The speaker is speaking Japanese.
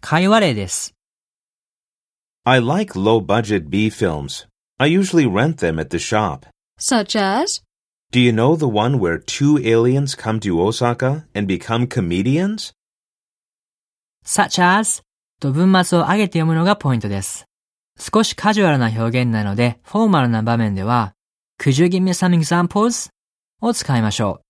会話例です。 I like low budget B films. I usually rent them at the shop. such as Do you know the one where two aliens come to Osaka and become comedians? such as と文末を上げて読むのがポイントです。少しカジュアルな表現なので、フォーマルな場面では、Could you give me some examples? を使いましょう。